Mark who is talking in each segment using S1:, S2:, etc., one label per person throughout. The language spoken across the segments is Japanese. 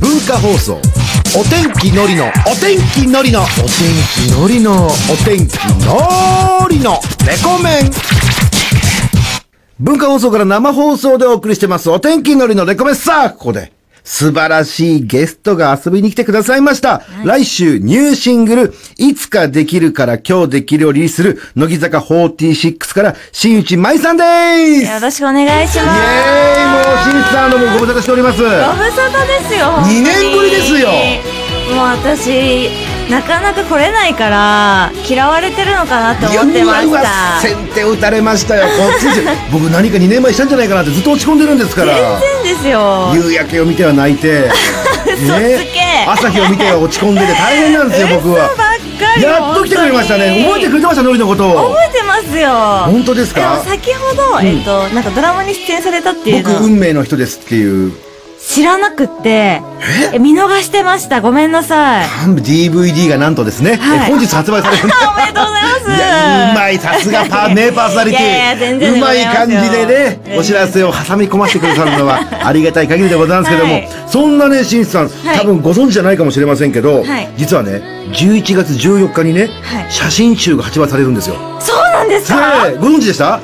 S1: 文化放送お天気のりのお天気のりのお天気のりのお天気のりのレコメン文化放送から生放送でお送りしてますお天気のりのレコメンさあここで素晴らしいゲストが遊びに来てくださいました。来週、ニューシングル、いつかできるから今日できるをリリースする、乃木坂46から、新内舞さんです。
S2: よろしくお願いしま
S1: イエーイもう
S2: す。
S1: 新さんどうもご無沙汰しております
S2: ご無沙汰ですよ。本当に
S1: 二年ぶりですよ
S2: もう私、なかなか来れないから、嫌われてるのかなって思ってま
S1: うわうわ
S2: した。
S1: 先手打たれましたよこっちじゃ僕何か2年前したんじゃないかなってずっと落ち込んでるんですから
S2: 全然ですよ。
S1: 夕焼けを見ては泣いて
S2: 嘘つけ
S1: 朝日を見ては落ち込んでて大変なんですよ僕は
S2: 嘘ばっかりよ
S1: やっと来てくれましたね
S2: 本当
S1: 覚え
S2: に
S1: てくれてましたのりのことを
S2: 覚えてますよ。
S1: 本当ですか
S2: でも先ほど、えっと、なんかドラマに出演されたっていう
S1: 僕
S2: のを
S1: 運命の人ですっていう
S2: 知らなくって、え見逃してました。ごめんなさい。
S1: DVD がなんとですね、
S2: はい
S1: え本日発売される
S2: あおめでとうございます。
S1: いやうまいさす がパー名パーソナリティ
S2: いやいや全然で
S1: う
S2: ご
S1: ま
S2: ざ
S1: い
S2: いますよ
S1: 感じで
S2: 全
S1: ね
S2: 然
S1: お知らせを挟み込ませてくださるのはありがたい限りでございますけども、
S2: はい
S1: そんなねしんさん
S2: はい
S1: 多分ご存知じゃないかもしれませんけど、
S2: はい
S1: 実はね11月14日にね、
S2: はい
S1: 写真集が発売されるんですよ、
S2: そうなんですか
S1: ねえご存知でした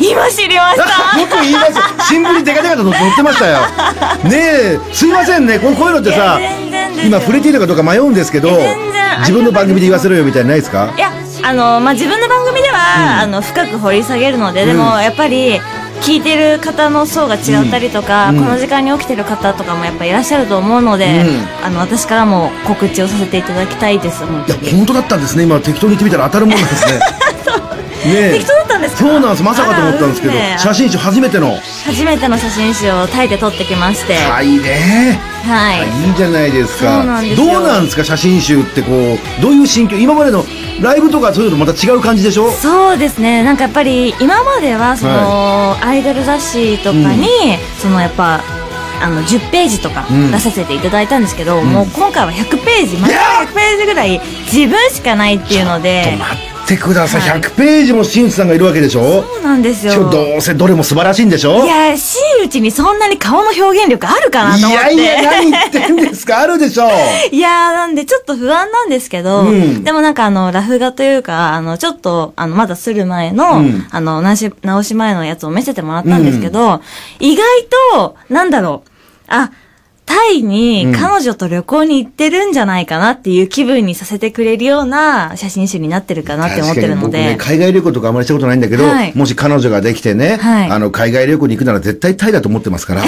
S2: 今知りまし
S1: よ
S2: た
S1: く言います新聞にデカデカと載ってましたよねえすいませんねこうこういうのってさ
S2: いや全然ですよ
S1: 今触れていいのかどうか迷うんですけど
S2: いや全然
S1: 自分の番組で言わせろよみたいなのないですか
S2: いやあのまあ自分の番組では、あの深く掘り下げるのででも、やっぱり聞いてる方の層が違ったりとか、
S1: うん
S2: この時間に起きてる方とかもやっぱいらっしゃると思うので、
S1: う
S2: あの私からも告知をさせていただきたいです本
S1: い
S2: 当
S1: や
S2: に
S1: 本当だったんですね今適当に言ってみたら当たるもんなんです ねねえ
S2: 適当だったんですか
S1: そうなんですまさかと思ったんですけど
S2: あら運命
S1: 写真集初めての
S2: 初めての写真集をタイで撮ってきましては
S1: はいね
S2: い、
S1: いいじゃないですか
S2: そうなんです
S1: どう
S2: よ
S1: なんですか写真集ってこうどういう心境今までのライブとかそういうのとまた違う感じでしょ
S2: そうですねなんかやっぱり今まではその、アイドル雑誌とかに、そのやっぱあの10ページとか
S1: うん
S2: 出させていただいたんですけど、もう今回は100ページま
S1: いや
S2: た100ページぐらい自分しかないっていうので
S1: 待ってください、
S2: はい
S1: 100ページも新内さんがいるわけでしょ
S2: そうなんですよ
S1: しかもどうせどれも素晴らしいんでしょ
S2: いや真打ちにそんなに顔の表現力あるかなと思って
S1: いやいや何言ってんですかあるでしょ
S2: いやー、なんで、ちょっと不安なんですけど、
S1: うん
S2: でもなんか、あの、ラフ画というか、あの、ちょっと、あの、まだする前の、
S1: うん
S2: あの、直し、直し前のやつを見せてもらったんですけど、意外と、なんだろう、あ、タイに彼女と旅行に行ってるんじゃないかなっていう気分にさせてくれるような写真集になってるかなって思ってるの
S1: 確かに
S2: で。
S1: 僕ね、海外旅行とかあまりしたことないんだけど、
S2: はい
S1: もし彼女ができてね、
S2: はい
S1: あの、海外旅行に行くなら絶対タイだと思ってます から、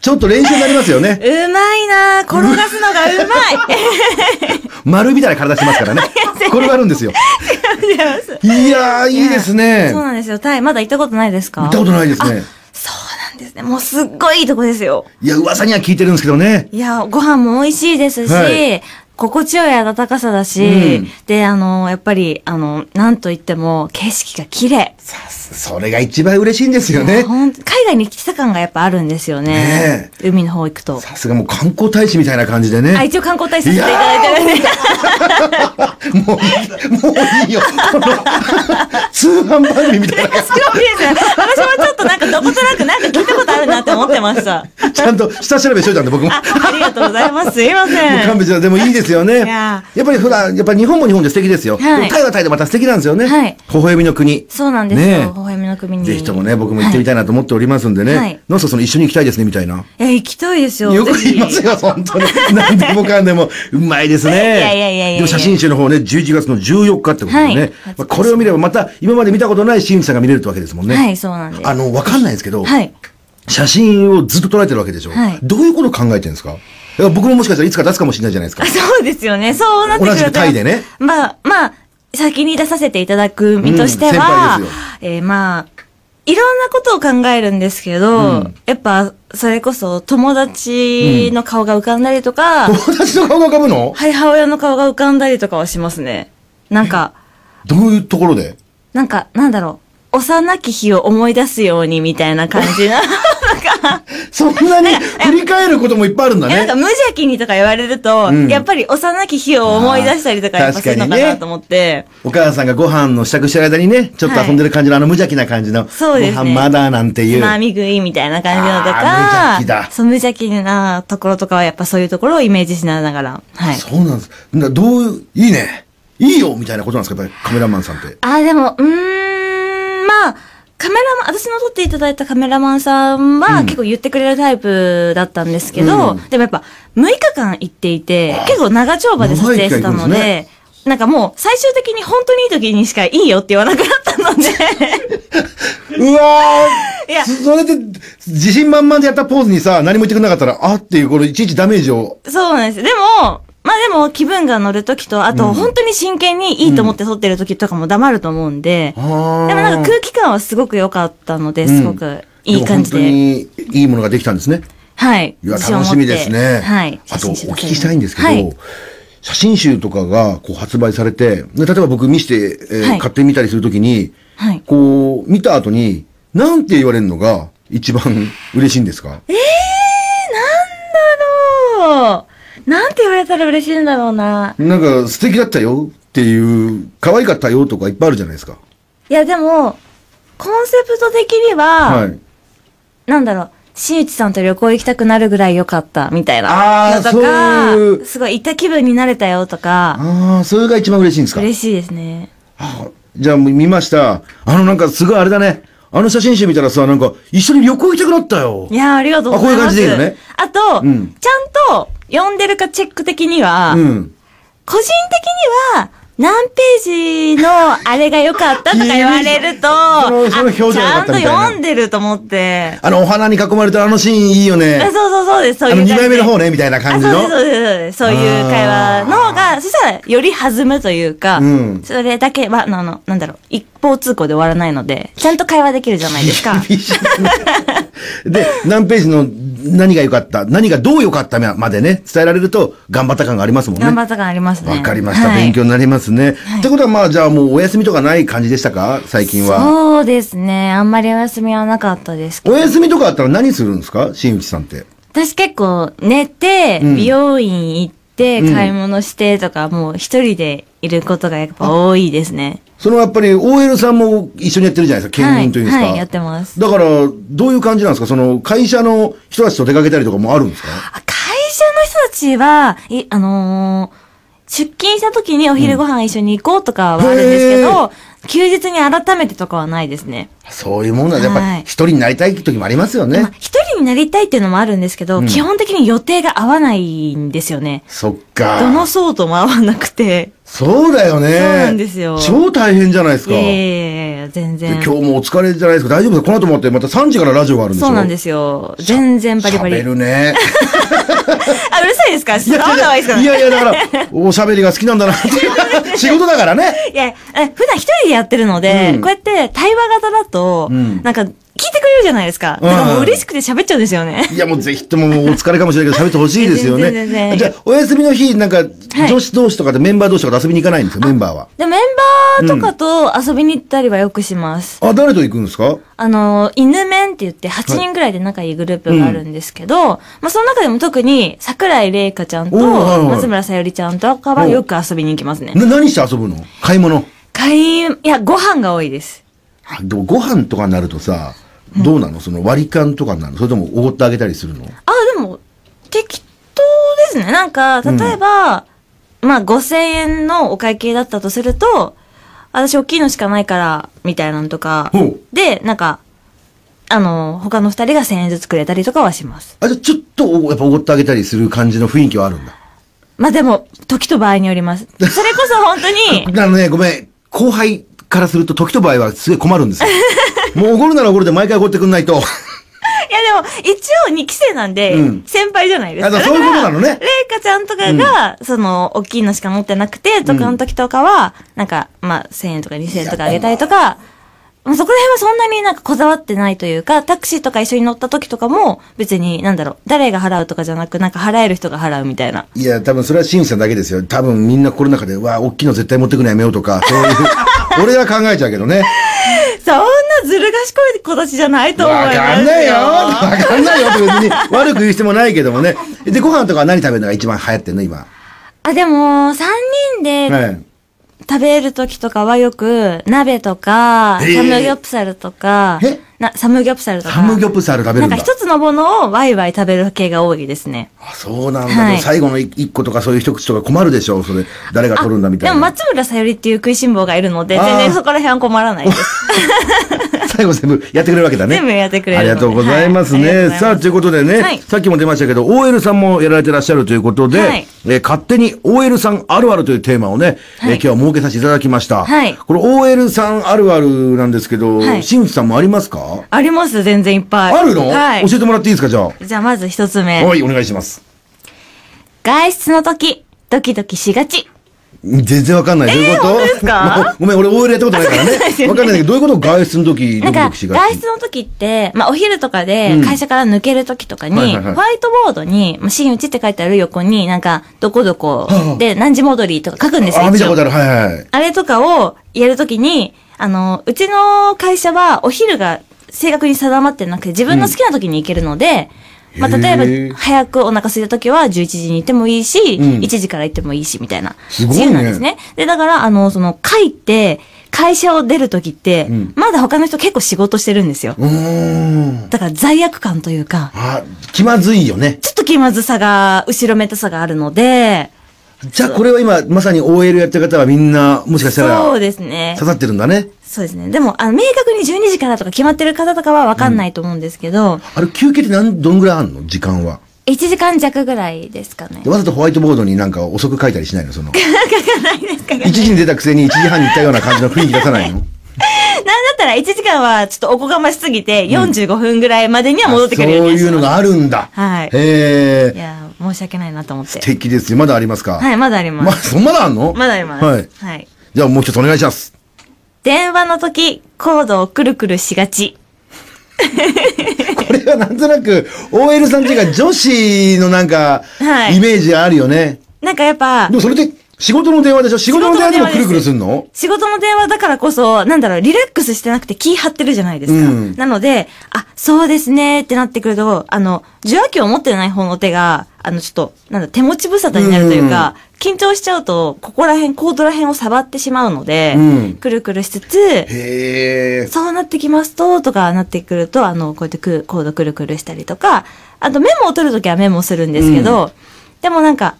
S1: ちょっと練習になりますよね。
S2: うまいなー転がすのがうま い
S1: 丸みたいな体してますからね。これがあるんです よ。いやー、いいですね。
S2: そ
S1: 行
S2: う
S1: っ
S2: なんですよ。タイ、まだ行ったことないですか
S1: たことないですね。
S2: そうなんですね。もうすっごいいいとこですよ。
S1: いや、噂には聞いてるんですけどね。
S2: いや、ご飯も美味しいですし、
S1: はい
S2: 心地よい暖かさだし、
S1: うん
S2: で、あの、やっぱり、あの、なんといっても、景色が綺麗。
S1: それが一番嬉しいんですよね。
S2: ほん海外に来た感がやっぱあるんですよね
S1: ね。
S2: 海の方行くと。
S1: さすがもう観光大使みたいな感じで
S2: あ、
S1: ね。
S2: 一応観光大使させていただいてるんで。
S1: もう、もういいよ。この、 通販番組みたいな
S2: すごいですね。私もちょっとなんかどことなくなんか聞いたことあるなって思ってました。
S1: ちゃんと下調べしといたんで僕も。
S2: あ、ありがとうございます。すいま
S1: もう
S2: せ
S1: 勘
S2: ん。
S1: 弁してでもいいですよね。
S2: い
S1: や
S2: や
S1: っぱりほら、やっぱり日本も日本で素敵ですよ。
S2: は
S1: で
S2: い
S1: もタイはタイでまた素敵なんですよね。
S2: はい
S1: 微笑みの国。
S2: そうなんです
S1: ねえ
S2: よ。微笑みの国に。
S1: ぜひともね、僕も行ってみたいなと思っておりますんでね。
S2: はい
S1: のんそその一緒に行きたいですね、みたいな。
S2: え、行きたいですよ。
S1: よく
S2: ぜひ
S1: 言いますよ、本 当に。何でもかんでも、うまいですね。い
S2: やいやいやいや
S1: でも写真集の方ね、11月の14日ってことでね。
S2: はい
S1: まあ、これを見ればまた、今まで見たことないシーンさんが見れるってわけですもんね。
S2: はい、そうなんです。
S1: あの、わかんないですけど、
S2: はい。
S1: 写真をずっと捉えてるわけでしょ。
S2: はい
S1: どういうこと考えてるんですかいや僕ももしかしたらいつか出すかもしれないじゃないですか
S2: あ。そうですよね。そうなってくると。
S1: 同じくタイでね。
S2: まあ、まあ、先に出させていただく身として
S1: うん先
S2: は、
S1: 輩ですよ
S2: えーまあ、いろんなことを考えるんですけど、
S1: うん
S2: やっぱ、それこそ友達の顔が浮かんだりとか、
S1: 友達の顔が浮かぶの
S2: 母親の顔が浮かんだりとかはしますね。なんか、
S1: どういうところで
S2: なんか、なんだろう。幼き日を思い出すようにみたいな感じな。なんか
S1: そんなに振り返ることもいっぱいあるんだ
S2: いやなん
S1: ね
S2: か。無邪気にとか言われると、
S1: うん
S2: やっぱり幼き日を思い出したりとか
S1: あー
S2: やっぱするのか
S1: 確かに
S2: な
S1: ね
S2: と思って、
S1: お母さんがご飯の支度してる間にね、ちょっと遊んでる感じのあの無邪気な感じの、
S2: そうですね
S1: ご飯まだなんてい
S2: つ
S1: う。
S2: まみ食いみたいな感じのと
S1: あー無邪気だ
S2: か、そう無邪気なところとかはやっぱそういうところをイメージしながら、はい。
S1: そうなんです。などういう、いいね。いいよみたいなことなんですかやっぱりカメラマンさんって。
S2: あー、でも、うーん、まあ、カメラマン、私の撮っていただいたカメラマンさんは結構言ってくれるタイプだったんですけど、
S1: うん
S2: でもやっぱ6日間行っていて、結構長丁場で撮影してたの
S1: 長い期間行くん
S2: で、
S1: ですね
S2: なんかもう最終的に本当にいい時にしかいいよって言わなくなったので、
S1: うわ
S2: いや
S1: ーそれで、自信満々でやったポーズにさ、何も言ってくれなかったら、あっていう、これいちいちダメージを。
S2: そうなんです。でも、まあでも気分が乗るときと、あと本当に真剣にいいと思って撮ってるときとかも黙ると思うんで、
S1: あー
S2: でもなんか空気感はすごく良かったので、すごくいい感じで。
S1: も本当にいいものができたんですね。
S2: はい。
S1: いや、
S2: 自信を
S1: 楽
S2: 持っ
S1: してみですね。
S2: はい。
S1: あと、お
S2: 写真集
S1: 聞
S2: 出せる
S1: きしたいんですけど、
S2: はい、
S1: 写真集とかがこう発売されて、で例えば僕見して、えー
S2: はい
S1: 買ってみたりするときに、
S2: はい
S1: こう、見た後に、なんて言われるのが一番嬉しいんですか
S2: なんだろう。なんて言われたら嬉しいんだろうな。
S1: なんか、素敵だったよっていう、可愛かったよとかいっぱいあるじゃないですか。
S2: いや、でも、コンセプト的には、
S1: はい。
S2: なんだろう、新内さんと旅行行きたくなるぐらい良かった、みたい
S1: あ
S2: な
S1: ー
S2: のとか、
S1: そういう
S2: すごい行った気分になれたよとか、
S1: ああ、それが一番嬉しいんですか
S2: 嬉しいですね。
S1: あじゃあもう見ました。あのなんかすごいあれだね。あの写真集見たらさ、なんか一緒に旅行行きたくなったよ
S2: い。やー、ありがとうござい
S1: あこういう感
S2: ます。
S1: じでいいのね
S2: あと、
S1: うん
S2: ちゃんと読んでるかチェック的には、
S1: うん。
S2: 個人的には、何ページのあれが良かったとか言われる と、
S1: そのその
S2: あ
S1: 表情
S2: ち
S1: が良か
S2: ゃ
S1: っ
S2: ん
S1: たみた
S2: と
S1: いな
S2: 読んでると思って。
S1: あのお花に囲まれたあのシーンいいよ ね。
S2: あそうそうそうです、そう
S1: あ
S2: いう
S1: の二
S2: 感じで。
S1: 枚目の方ね、みたいな感じ
S2: あ、
S1: の。
S2: そうです、そうです、そうです。そういう会話の方が、そしたらより弾むというか、
S1: うん
S2: それだけは、あの、なんだろう、一方通行で終わらないので、ちゃんと会話できるじゃない ですか。
S1: 厳しいね で、何ページの何が良かった、何がどう良かったまでね、伝えられると頑張った感がありますもんね。
S2: 頑張った感ありますね。
S1: わかりました、
S2: はい
S1: 勉強になりますね。
S2: い
S1: ってことはまあ、じゃあもうお休みとかない感じでしたか最近は。
S2: そうですね。あんまりお休みはなかったですけ
S1: お
S2: ど。
S1: 休みとかあったら何するんですか新内さんって。
S2: 私結構寝て、
S1: うん
S2: 美容院行って、
S1: うん
S2: 買い物してとか、もう一人でいることがやっぱ多いですね。
S1: そのやっぱり OL さんも一緒にやってるじゃないですか。県民というんですか。
S2: はいはいやってます
S1: だから、どういう感じなんですかその会社の人たちと出かけたりとかもあるんですか
S2: あ会社の人たちは、い、あのー出勤した時にお昼ご飯一緒に行こうとかはあるんですけ
S1: うんへ
S2: ど、休日に改めてとかはないですね。
S1: そういうもんなんで、やっぱ
S2: は
S1: り
S2: い
S1: 一人になりたい時もありますよね。
S2: まあ一人になりたいっていうのもあるんですけど、基本的に予定が合わないんですよね。
S1: そっか。
S2: どの層とも合わなくて。
S1: そうだよね。
S2: そうなんですよ
S1: 超大変じゃないです
S2: い
S1: か。
S2: やい
S1: で
S2: やいや、全然
S1: 今。日もお疲れじゃないですか。大丈夫ですかこの後もってまた3時からラジオがあるんでしょ
S2: そうなんですよ。全然バリバリ。
S1: 喋るね。
S2: あ、うるさいですかちょっと合わない方がいいですか
S1: いやいや、だから、おしゃべりが好きなんだなって いう。仕事だからね。
S2: いや、え普段一人でやってるので、
S1: うん
S2: こうやって対話型だと、
S1: うん
S2: なんか聞いてくれるじゃないですか。だからもう嬉しくて喋っちゃうんですよね。
S1: いや、もうぜひとももうお疲れかもしれないけど、喋ってほしいですよ
S2: 全然全
S1: ね。
S2: 然
S1: じゃあ、お休みの日、なんか、
S2: い
S1: 女子同士とかでメンバー同士とかで遊びに行かないんですよ、メンバーは。
S2: で、メンバーとかと遊びに行ったりはよくします。
S1: あ、誰と行くんですか
S2: あの、犬面って言って8人ぐらいで仲いいグループがあるんですけど、まあその中でも特に桜井玲香ちゃんと
S1: おーはいはい
S2: 松村さゆりちゃんとかはよく遊びに行きますね。
S1: な何して遊ぶの買い物。
S2: 会員、いや、ご飯が多いです。
S1: あでもご飯とかになるとさ、どうなのその割り勘とかになるのそれともおごってあげたりするの
S2: あ、でも、適当ですね。なんか、例えば、まあ、5000円のお会計だったとすると、私大きいのしかないから、みたいなのとか
S1: ほう、
S2: で、なんか、あの、他の二人が1000円ずつくれたりとかはします。
S1: あ、じゃあちょっとお、やっぱおごってあげたりする感じの雰囲気はあるんだ。
S2: まあでも、時と場合によります。それこそ本当 に、
S1: あのね、ごめん。後輩からすると、時と場合はすごい困るん ですよ。もうおごるならおごるで毎回おごってくんないと。
S2: いやでも、一応2期生なんで、
S1: うん
S2: 先輩じゃないです
S1: あ
S2: か。
S1: だからそういうことなのね
S2: だからレイカちゃんとかが、その、大きいのしか持ってなくて、とかの時とかは、なんか、まあ、1000円とか2000円とかあげたりとか、まあそこら辺はそんなになんかこだわってないというか、タクシーとか一緒に乗った時とかも、別に、なんだろう、誰が払うとかじゃなく、なんか払える人が払うみたいな。
S1: いや、多分それは新内さんだけですよ。多分みんな心の中で、わあ、大きいの絶対持ってくのやめようとか、そういう。俺は考えちゃうけどね。
S2: そんなずる賢い子たちじゃないと思い
S1: わ
S2: ます
S1: かんないよわかんないよって別に悪く言う必要もないけどもね。で、ご飯とかは何食べるのが一番流行ってんの今。
S2: あ、でも、3人で
S1: はい。
S2: 食べる時とかはよく、鍋とか、
S1: えー
S2: サムギョプサルとか
S1: え、
S2: なサムギョプサルとか。
S1: サムギョプサル食べ
S2: な
S1: るん
S2: ん
S1: だ。
S2: か一つのものをワイワイ食べる系が多いですね。
S1: あそうなんだ、
S2: はい
S1: 最後の一個とかそういう一口とか困るでしょそれ、誰が取るんだみたいな。
S2: でも松村さゆりっていう食いしん坊がいるので、
S1: あー
S2: 全然そこら辺は困らないです。
S1: 最後全部やってくれるわけだね。
S2: 全部やってくれる
S1: あ
S2: の
S1: り
S2: で
S1: がとうございますね。
S2: はいありがとうございます
S1: さあ、ということでね、
S2: はい
S1: さっきも出ましたけど、OL さんもやられてらっしゃるということで、
S2: はい
S1: えー勝手に OL さんあるあるというテーマをね、えー今日は設けさせていただきました。
S2: はい
S1: これ OL さんあるあるなんですけど、
S2: はい
S1: 新内さんもありますか
S2: あります、全然いっぱい。
S1: あるの、
S2: はい。
S1: 教えてもらっていいですかじゃあ。
S2: じゃあまず一つ目。
S1: はい、お願いします。
S2: 外出の時、ドキドキしがち。
S1: 全然わかんない。どういうこと、
S2: 本当ですか
S1: もうごめん、俺 OL やったことないからね。わ
S2: あそうですよね
S1: かんないけど、どういうこと外出の時、
S2: な
S1: ド
S2: ん
S1: キド
S2: か、
S1: キしがち
S2: 外出の時って、まあ、お昼とかで、会社から抜ける時とか
S1: はい
S2: に、
S1: はいはい
S2: ホワイトボードに、まあ、新内って書いてある横に、なんか、どこどこで何時戻りとか書くんですよ。
S1: あ、見
S2: 一
S1: た
S2: 応
S1: ことある。はいはい。
S2: あれとかをやるときに、あの、うちの会社はお昼が正確に定まってなくて、自分の好きな時に行けるので、まあ、
S1: へー
S2: 例えば、早くお腹空いた時は11時に行ってもいいし、
S1: うん
S2: 1時から行ってもいいし、みたいな。
S1: すごいね
S2: 自由なんですね。で、だから、あの、その、書いて、会社を出る時って、
S1: ん
S2: まだ他の人結構仕事してるんですよ。
S1: うーん。
S2: だから罪悪感というか、
S1: あ、気まずいよね。
S2: ちょっと気まずさが、後ろめたさがあるので、
S1: じゃあこれは今、まさに OL やってる方はみんな、もしかしたら、
S2: そう
S1: 刺
S2: ですね。
S1: さってるんだね。
S2: そうですね。でも、あの、明確に12時からとか決まってる方とかは分かんないと思うんですけど、
S1: あれ、休憩って何、どんぐらいあんの時間は。
S2: 1時間弱ぐらいですかね
S1: で。わざとホワイトボードになんか遅く書いたりしないのその。
S2: ないですか
S1: 1時に出たくせに1時半に行ったような感じの雰囲気出さ ないの
S2: なんだったら1時間はちょっとおこがましすぎて、45分ぐらいまでには戻ってく
S1: そう
S2: るようにはし
S1: いうの
S2: ます
S1: があるんだ。
S2: はい
S1: へ
S2: い
S1: え。
S2: や、申し訳ないなと思って
S1: 素。敵ですよ。まだありますか
S2: はい、まだありま
S1: ま、
S2: す。
S1: そんまだあんの
S2: まだあります。
S1: はい。
S2: はい。
S1: じゃあもう一つお願いします。
S2: 電話の時、コードをくるくるしがち。
S1: これはなんとなく、OL さんっていうか女子のなんか、
S2: はい
S1: イメージがあるよね。
S2: なんかやっぱ
S1: で、もそれって仕事の電話でしょ仕事の電話でも
S2: 仕
S1: く
S2: 事の電話です
S1: るくるすんの
S2: 仕事の電話だからこそ、なんだろう、リラックスしてなくて気張ってるじゃないですか。
S1: うん
S2: なので、あ、そうですねってなってくると、あの、受話器を持ってない方の手が、あの、ちょっと、なんだ、手持ち無沙汰になるというか、緊張しちゃうと、ここら辺、コードら辺を触ってしまうので、
S1: うん
S2: くるくるしつつ、
S1: へえ。
S2: そうなってきますと、とかなってくると、あの、こうやってくコードくるくるしたりとか、あとメモを取るときはメモするんですけど、でもなんか、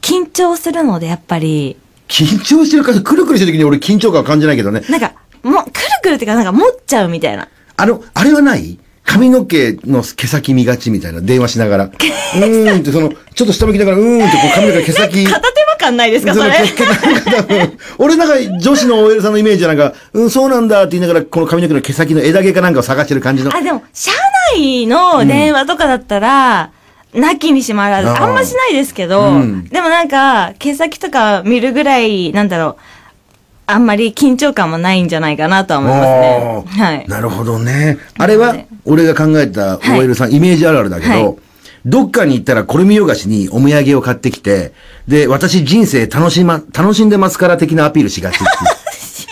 S2: 緊張するので、やっぱり、
S1: 緊張してるから、くるくるしてる時に俺緊張感は感じないけどね。
S2: なんか、もう、くるくるっていうか、なんか持っちゃうみたいな。
S1: あの、あれはない髪の毛の毛先磨ちみたいな電話しながら。うーんって、その、ちょっと下向きながら、うーんってこう髪の毛の毛 先。
S2: 片手間感ないですか、それ。
S1: その毛毛なんか多分俺なんか女子の OL さんのイメージはなんか、うん、そうなんだって言いながら、この髪の毛の毛先の枝毛かなんかを探してる感じの。
S2: あ、でも、社内の電話とかだったら、なきにしもあらず、
S1: あー
S2: あんましないですけど、
S1: うん
S2: でもなんか、毛先とか見るぐらい、なんだろう、あんまり緊張感もないんじゃないかなとは思い
S1: あ
S2: ますね。はい。
S1: なるほどね。あれ
S2: な
S1: は
S2: ので、
S1: 俺が考えた OL さん、イメージあるあるだけど、
S2: はい
S1: どっかに行ったらこれ見よがしにお土産を買ってきて、で、私人生楽しま、楽しんでますから的なアピールしがちっ ていう。
S2: する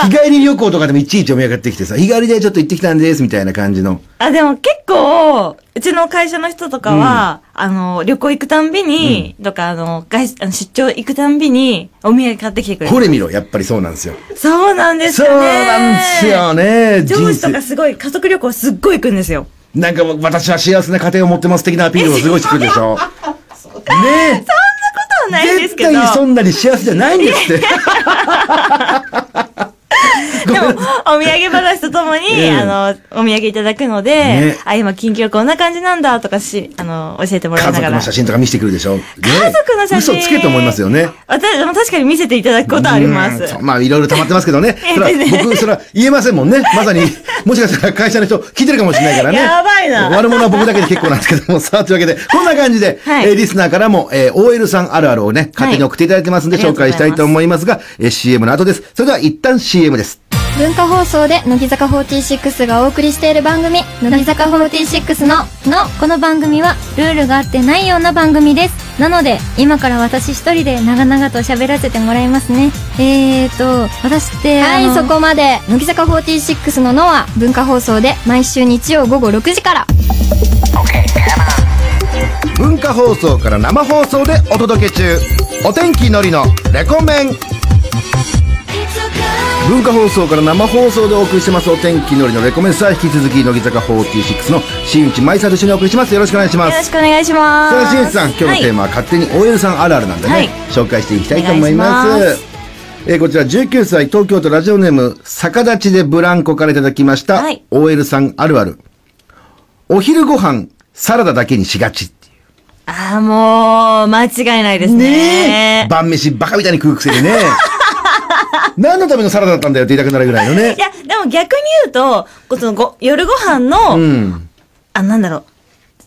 S2: かな
S1: 日帰り旅行とかでもいちいちお土産買ってきてさ、日帰りでちょっと行ってきたんです、みたいな感じの。
S2: あ、でも結構、うちの会社の人とかは、あの、旅行行くたんびに、とか、あの、外出あの出張行くたんびに、お土産買ってきてくれる
S1: こ。れ見ろ、やっぱりそうなんですよ。
S2: そうなんです
S1: そう
S2: よね。
S1: なんですよね。
S2: 上
S1: 人
S2: 司と
S1: 生。
S2: かすごい、家族旅行すっごい行くんですよ。
S1: なんかもう私は幸せな家庭を持ってます的なアピールをすごいしてくるでしょ。ねえ。
S2: そうないんです
S1: 絶
S2: けど。
S1: 対
S2: で
S1: にそ
S2: も、
S1: んなに幸せじゃないんですって。ごめんなさい
S2: お土産話とともに、
S1: ええ
S2: あの、お土産いただくので、
S1: ね
S2: あ、今、近況こんな感じなんだとかし、あの、教えてもら
S1: 家
S2: いなが
S1: 族
S2: ら。
S1: の写真とか見せてくるでしょ。ね
S2: 家族の写真
S1: 嘘つけと思いますよね。
S2: 私、でも確かに見せていただくことありま
S1: うん
S2: す
S1: そ。まあ、いろいろ溜まってますけど ね。
S2: ええ
S1: それは僕、それは言えませんもんね。まさに、もしかしたら会社の人聞いてるかもしれないからね。
S2: やばいな
S1: 悪者は僕だけで結構なんですけども。さあ、というわけ で、こんな感じで、
S2: はい
S1: えーリスナーからも、えー OL さんあるあるをね、勝手に送っていただいてますんで、
S2: はい
S1: 紹介したいと思いますが、えー CM の後です。それでは一旦 CM です。
S3: 文化放送で乃木坂46がお送りしている番組「乃木坂46の」のこの番組はルールがあってないような番組ですなので今から私一人で長々と喋らせてもらいますねえーと私ってはいそこまで乃木坂46の「の」は文化放送で毎週日曜午後6時から
S1: 文化放送から生放送でお届け中お天気のりのレコメン文化放送から生放送でお送りしてますお天気のりのレコメンさあ引き続き乃木坂46の新内舞さんと一緒にお送りしますよろしくお願いしま
S2: よろ
S1: す
S2: しくお願いします
S1: さあ新内さん今日のテーマは勝手に OL さんあるあるなんでね、
S2: はい
S1: 紹介していきたいと思います
S2: お願いします
S1: えーこちら19歳東京都ラジオネーム逆立ちでブランコからいただきました、
S2: はい
S1: OL さんあるあるお昼ご飯サラダだけにしがちっていう
S2: ああ、もう、間違いないですね。
S1: 晩飯バカみたいに食うくせにね。 何のためのサラダだったんだよって言いたくなるぐらいのね
S2: い。や、でも逆に言うと、こそのご夜ご飯の、
S1: うん。
S2: あ、なんだろ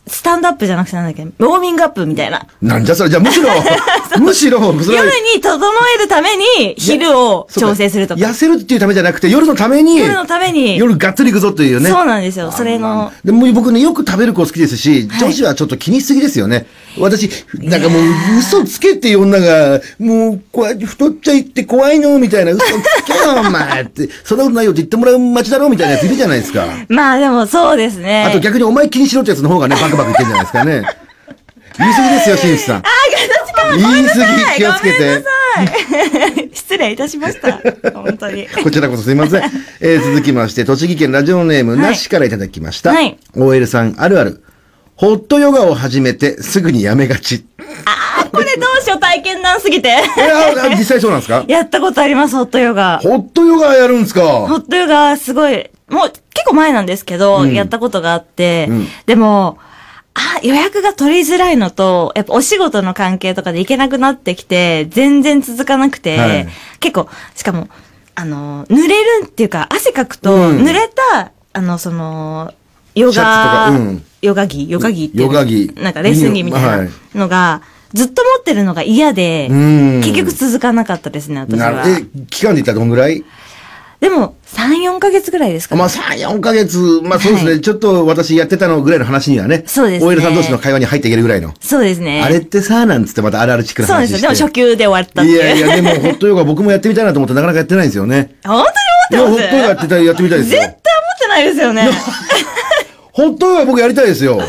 S2: う、スタンドアップじゃなくてなんだっけ、ウォーミングアップみたいな。
S1: なんじゃそれ。じゃあむし ろ、むしろ、それ
S2: 夜
S1: は
S2: に整えるために、昼を
S1: そうか
S2: 調整するとか。
S1: 痩せるっていうためじゃなくて、夜のために、
S2: 夜のために
S1: 夜がっつり行くぞというね。
S2: そうなんですよ。それの、
S1: でも僕ね、よく食べる子好きですし、女子はちょっと気にしすぎですよね。私、なんかもう嘘つけっていう女が、もうこうやって太っちゃいって怖いのみたいな、嘘つけよ、お前って、そんなことないよって言ってもらう街だろみたいなやついるじゃないですか。
S2: まあでもそうですね。
S1: あと逆にお前気にしろってやつの方がね、バカバカ言ってんじゃないですか ね。言い過ぎですよ、新内さん。言い過ぎ気をつけ
S2: ごめ
S1: て。
S2: んなさい。 失礼いたしました。本当に。
S1: こちらこそすいません。えー、続きまして、栃木県ラジオネームなしからいただきました。
S2: はい
S1: OL さんあるある。ホットヨガを始めてすぐにやめがち。
S2: あ、これどうしよう、体験談すぎて。
S1: えーあ実際そうなんですか
S2: やったことあります、ホットヨガ。
S1: ホットヨガやるんです
S2: ホ
S1: か
S2: ットヨガすごい、もう結構前なんですけど、
S1: うん
S2: やったことがあって、
S1: うん
S2: でも、あ、予約が取りづらいのと、やっぱお仕事の関係とかで行けなくなってきて、全然続かなくて、
S1: はい
S2: 結構、しかも、あの、濡れるっていうか、汗かくと、
S1: うん
S2: 濡れた、あの、その、ヨ
S1: シャツとか
S2: ガ、
S1: うん
S2: ヨガ着、ヨガ着っていうの
S1: ヨガ着
S2: なんかレッスン着みたいなのが、ずっと持ってるのが嫌で、
S1: うん
S2: 結局続かなかったですね、私
S1: な
S2: は。
S1: るえ、期間で言ったらどんぐらい
S2: でも、3、4ヶ月ぐらいですかね
S1: まあ3、4ヶ月、まあそうですね、
S2: はい
S1: ちょっと私やってたのぐらいの話にはね、
S2: そうですね
S1: OL さん同士の会話に入っていけるぐらいの。
S2: そうですね。
S1: あれってさ、なんつってまたあるあるチックな
S2: そうで
S1: 話
S2: す
S1: して。
S2: よ。でも初級で終わったって
S1: い
S2: いう。
S1: やいや、でも、ホットヨガ僕もやってみたいなと思ってなかなかやってないんですよね。
S2: 本
S1: い
S2: 当に
S1: や、
S2: 思
S1: ホ
S2: っ
S1: ッ
S2: てます
S1: トヨガやってたらやってみたいですよ
S2: 絶対。思ってないですよね。
S1: ホットヨガ僕やりたいですよ。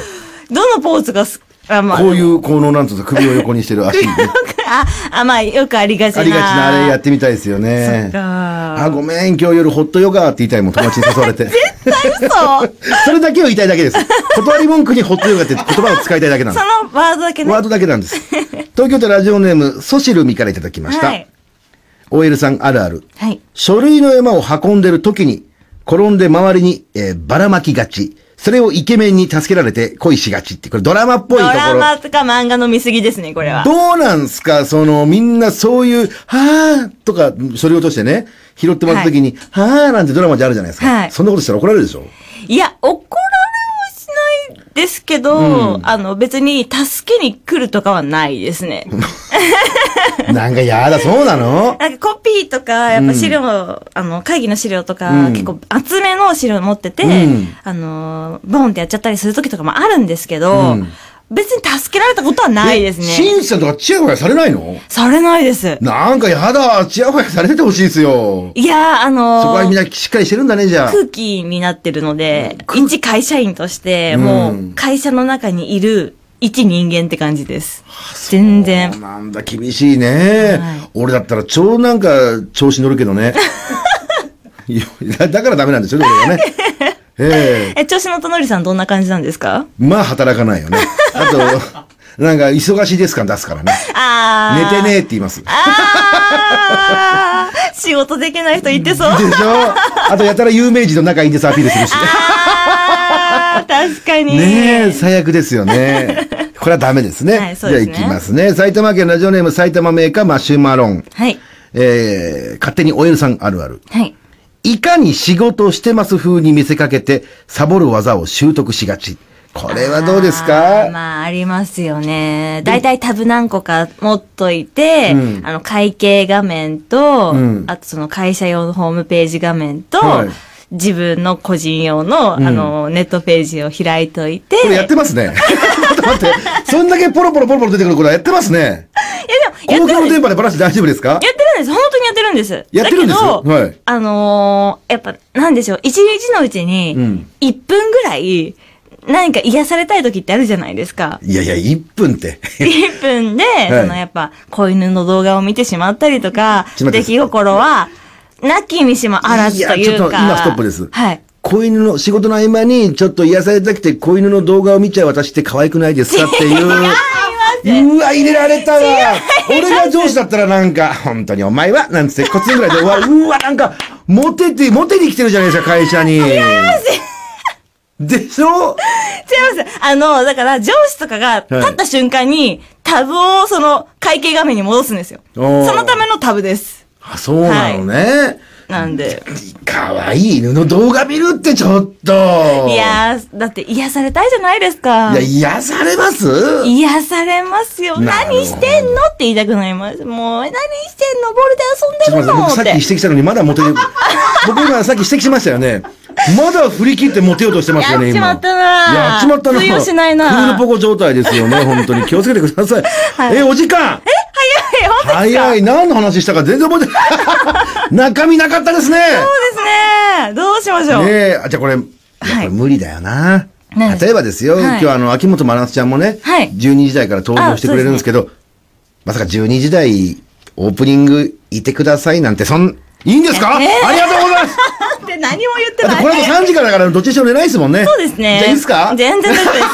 S2: どのポーズがす、あ、まあ。
S1: こういう、この、なんつうんですか、首を横にしてる 足ね
S2: あ、あ、まあ、よくありがちな。
S1: ありがちなあれやってみたいですよね。
S2: そっか
S1: あ、ごめん、今日夜ホットヨガって言いたいもん、友達に誘われ て。
S2: 絶対嘘
S1: それだけを言いたいだけです。断り文句にホットヨガって言葉を使いたいだけなんで
S2: そ
S1: す。
S2: のワードだけね。
S1: ワードだけなんです。 東京都ラジオネーム、ソシルミからいただきました。
S2: はい。
S1: OL さんあるある。
S2: はい。
S1: 書類の山を運んでる時に、転んで周りに、えーばらまきがち。それをイケメンに助けられて恋しがちって、これドラマっぽ
S2: ド
S1: いとこ
S2: ラ
S1: ろ。
S2: マとか漫画の見過ぎですね、これは。
S1: どうなんすかその、みんなそういう、はぁとか、それを落としてね、拾ってもらった時に、はぁなんてドラマじゃあるじゃないですか。
S2: はい
S1: そんなことしたら怒られるでしょ
S2: いや、怒られもしないですけど、あの、別に助けに来るとかはないですね。
S1: なんかやだ、そうなの
S2: なんかコピーとか、やっぱ資料、あの、会議の資料とか、
S1: うん
S2: 結構厚めの資料持ってて、
S1: うん
S2: あのー、ボンってやっちゃったりする時とかもあるんですけど、
S1: うん
S2: 別に助けられたことは ないです
S1: シ
S2: ね。
S1: ンさんとかチヤホヤされないの
S2: されないです。
S1: なんかやだ、チヤホヤされててほしいですよ。
S2: いやー、あ
S1: そこ
S2: の
S1: はみん
S2: ー、
S1: なしっかりしてるんだね、じゃあ。
S2: 空気になってるので、
S1: 空
S2: 一会社員として、
S1: うん
S2: もう会社の中にいる一人間って感じです。全然
S1: そう。なんだ、厳しいね。
S2: はい
S1: 俺だったら超なんか調子乗るけど ね。いやだだからダメなんですよね、俺は ね。ええ
S2: え、調子のとのりさんどんな感じなんですか
S1: まあ働かないよね。あと、なんか忙しいです感出すからね。
S2: あ
S1: 寝
S2: ー。
S1: てねえって言います。でし
S2: あー仕事できない人言ってそう。
S1: ょあとやたら有名人と仲いいんですアピールするし。
S2: あー確かに。
S1: ねえ、最悪ですよね。これはダメですね。
S2: はいそうですね
S1: じゃあ行きますね。埼玉県ラジオネーム埼玉メーカーマシュマロン。
S2: はい。
S1: えー、勝手に OL さんあるある。
S2: はい。
S1: いかに仕事をしてます風に見せかけて、サボる技を習得しがち。これはどうですか
S2: あーまあ、ありますよね。だいたいタブ何個か持っといて、
S1: うん
S2: あの、会計画面と、
S1: うん
S2: あとその会社用のホームページ画面と、
S1: はい
S2: 自分の個人用の、
S1: ん
S2: あの、ネットページを開いといて、
S1: これやってますね。ちょっと待って、そんだけポロポロポロポロ出てくることはやってますね。
S2: いや、で
S1: 公
S2: も、や
S1: 共
S2: って
S1: の
S2: るんです。
S1: 電波でバラして大丈夫ですか
S2: やってるんです。本当にやってるんです。
S1: やってるんです
S2: だけど、
S1: はい
S2: あのーやっぱ、なんでしょう、一日のうち
S1: う
S2: に
S1: ん、
S2: 1分ぐらい、何か癒されたい時ってあるじゃないで すか。
S1: いやいや、1分って。
S2: 1分で、
S1: い
S2: そのやっぱ、子犬の動画を見てしまったりとか、
S1: ちょっと待っ
S2: 出
S1: て
S2: 来心は、なきにしもあらずというか。
S1: いやちょっと今ストップです
S2: はい。
S1: 子犬の仕事の合間にちょっと癒されたくて子犬の動画を見ちゃう私って可愛くないですかって いう。うわ、入れられたわ。俺が上司だったらなんか、本当にお前は、なんつって、コツンぐらいで終わる。うわ、なんか、モテて、モテに来てるじゃないですか、会社に。でしょ
S2: 違います。あの、だから、上司とかが立った瞬間に、タブをその会計画面に戻すんですよ。そ
S1: おー
S2: のためのタブです。
S1: あ、そうなのね。
S2: なんで。
S1: 可愛い犬の動画見るってちょっと。
S2: いやー、だって癒されたいじゃないです
S1: い
S2: か
S1: や、。癒されます
S2: 癒されますよ。
S1: なるほど
S2: 何してんのって言いたくなります。もう、何してんのボールで
S1: ちょ
S2: 遊
S1: っ
S2: ん
S1: と
S2: で
S1: 待って、
S2: るの
S1: 僕さっき指摘したのにまだモ テる。僕今さっき指摘しましたよね。まだ振り切ってモテようとしてますよね、
S2: やっ
S1: 今。
S2: ちまったな
S1: やっちまったな
S2: 通用しないな
S1: 冬のポコ状態ですよね、本当に。気をつけてくだ さい。え、お時間
S2: いや本当ですか
S1: 早い。何の話したか全然覚えてない。 中身なかったですね。
S2: そうですね。どうしましょう。
S1: ねえ、あじゃあこれ、いやこ
S2: は
S1: れ
S2: い
S1: 無理だよな。
S2: 何ですか
S1: 例えばですよ、
S2: はい
S1: 今日あの、秋元真夏ちゃんもね、
S2: はい
S1: 12時台から登場してくれるんですけど、まさか12時台、オープニングいてくださいなんて、そん、いいんですか、
S2: ええ
S1: ありがとうご ざいます
S2: って何も言って
S1: だって
S2: ない。
S1: この後3時からだからどっちにしろ寝ないですもんね。
S2: そうですね。
S1: じゃあいいですか
S2: 全然大丈夫です。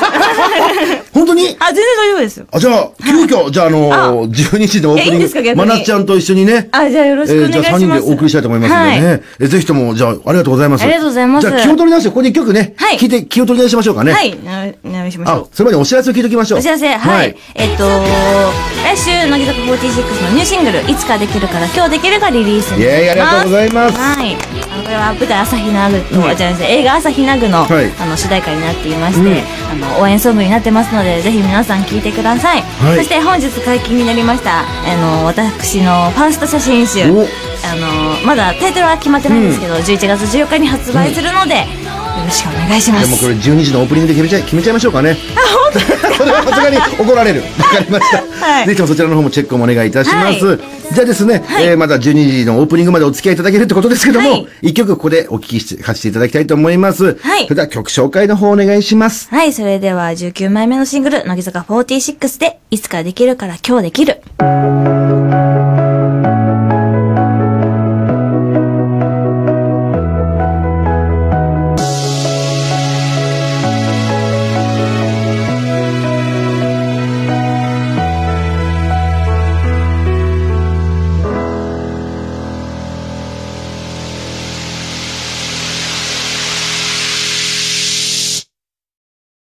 S1: 本当に
S2: あ、全然大丈夫ですよ。
S1: あ、じゃあ、急遽、じゃああのー、12時のオープニン
S2: えいい
S1: グ、
S2: んですか逆に
S1: まなっちゃんと一緒にね。
S2: あ、じゃあよろしくお願いし
S1: じゃ
S2: ま
S1: あ
S2: す。
S1: 3人でお送りしたいと思いますんで
S2: はい。
S1: ね。えぜひとも、じゃあ、ありがとうございます。
S2: ありがとうございます
S1: じゃあ、気を取り直して、ここで一曲ね、
S2: はい
S1: 聞いて、気を取り直しましょうかね。
S2: はい。お願いしましょ
S1: あ
S2: う、。
S1: それまでお知らせを聞いておきましょう。
S2: お知らせ、はい。えっと、来週、乃木坂46のニューシングル、いつかできるから今日できるがリリースにな
S1: イェイあ
S2: り
S1: りが
S2: ます。
S1: とうございます
S2: はい。あの、これは舞台朝日奈ぐ、の、じゃあ、映画朝日奈ぐの、
S1: はい
S2: あの、主題歌になっていまして、あの、応援ソングになってますので、ぜひ皆さん聴いてください。
S1: はい
S2: そして本日解禁になりました、あの、私のファースト写真集、
S1: お
S2: あの、まだタイトルは決まってないんですけど、11月14日に発売するので、よろしくお願いしま。
S1: ですもこれ12時のオープニングで決めちゃい、決めちゃいましょうかね。 それはさすがに怒 られる。わかりました。
S2: はい
S1: ぜひともそちらの方もチェックもお願いいたします。
S2: は
S1: じゃあですね、えーまだ12時のオープニングまでお付き合いいただけるってことですけど
S2: は
S1: も
S2: い、
S1: 一、曲ここでお聞きしさせていただきたいと思います。
S2: はい
S1: それでは曲紹介の方お願いします。
S2: はい、それでは19枚目のシングル、乃木坂46で、いつかできるから今日できる。
S1: 「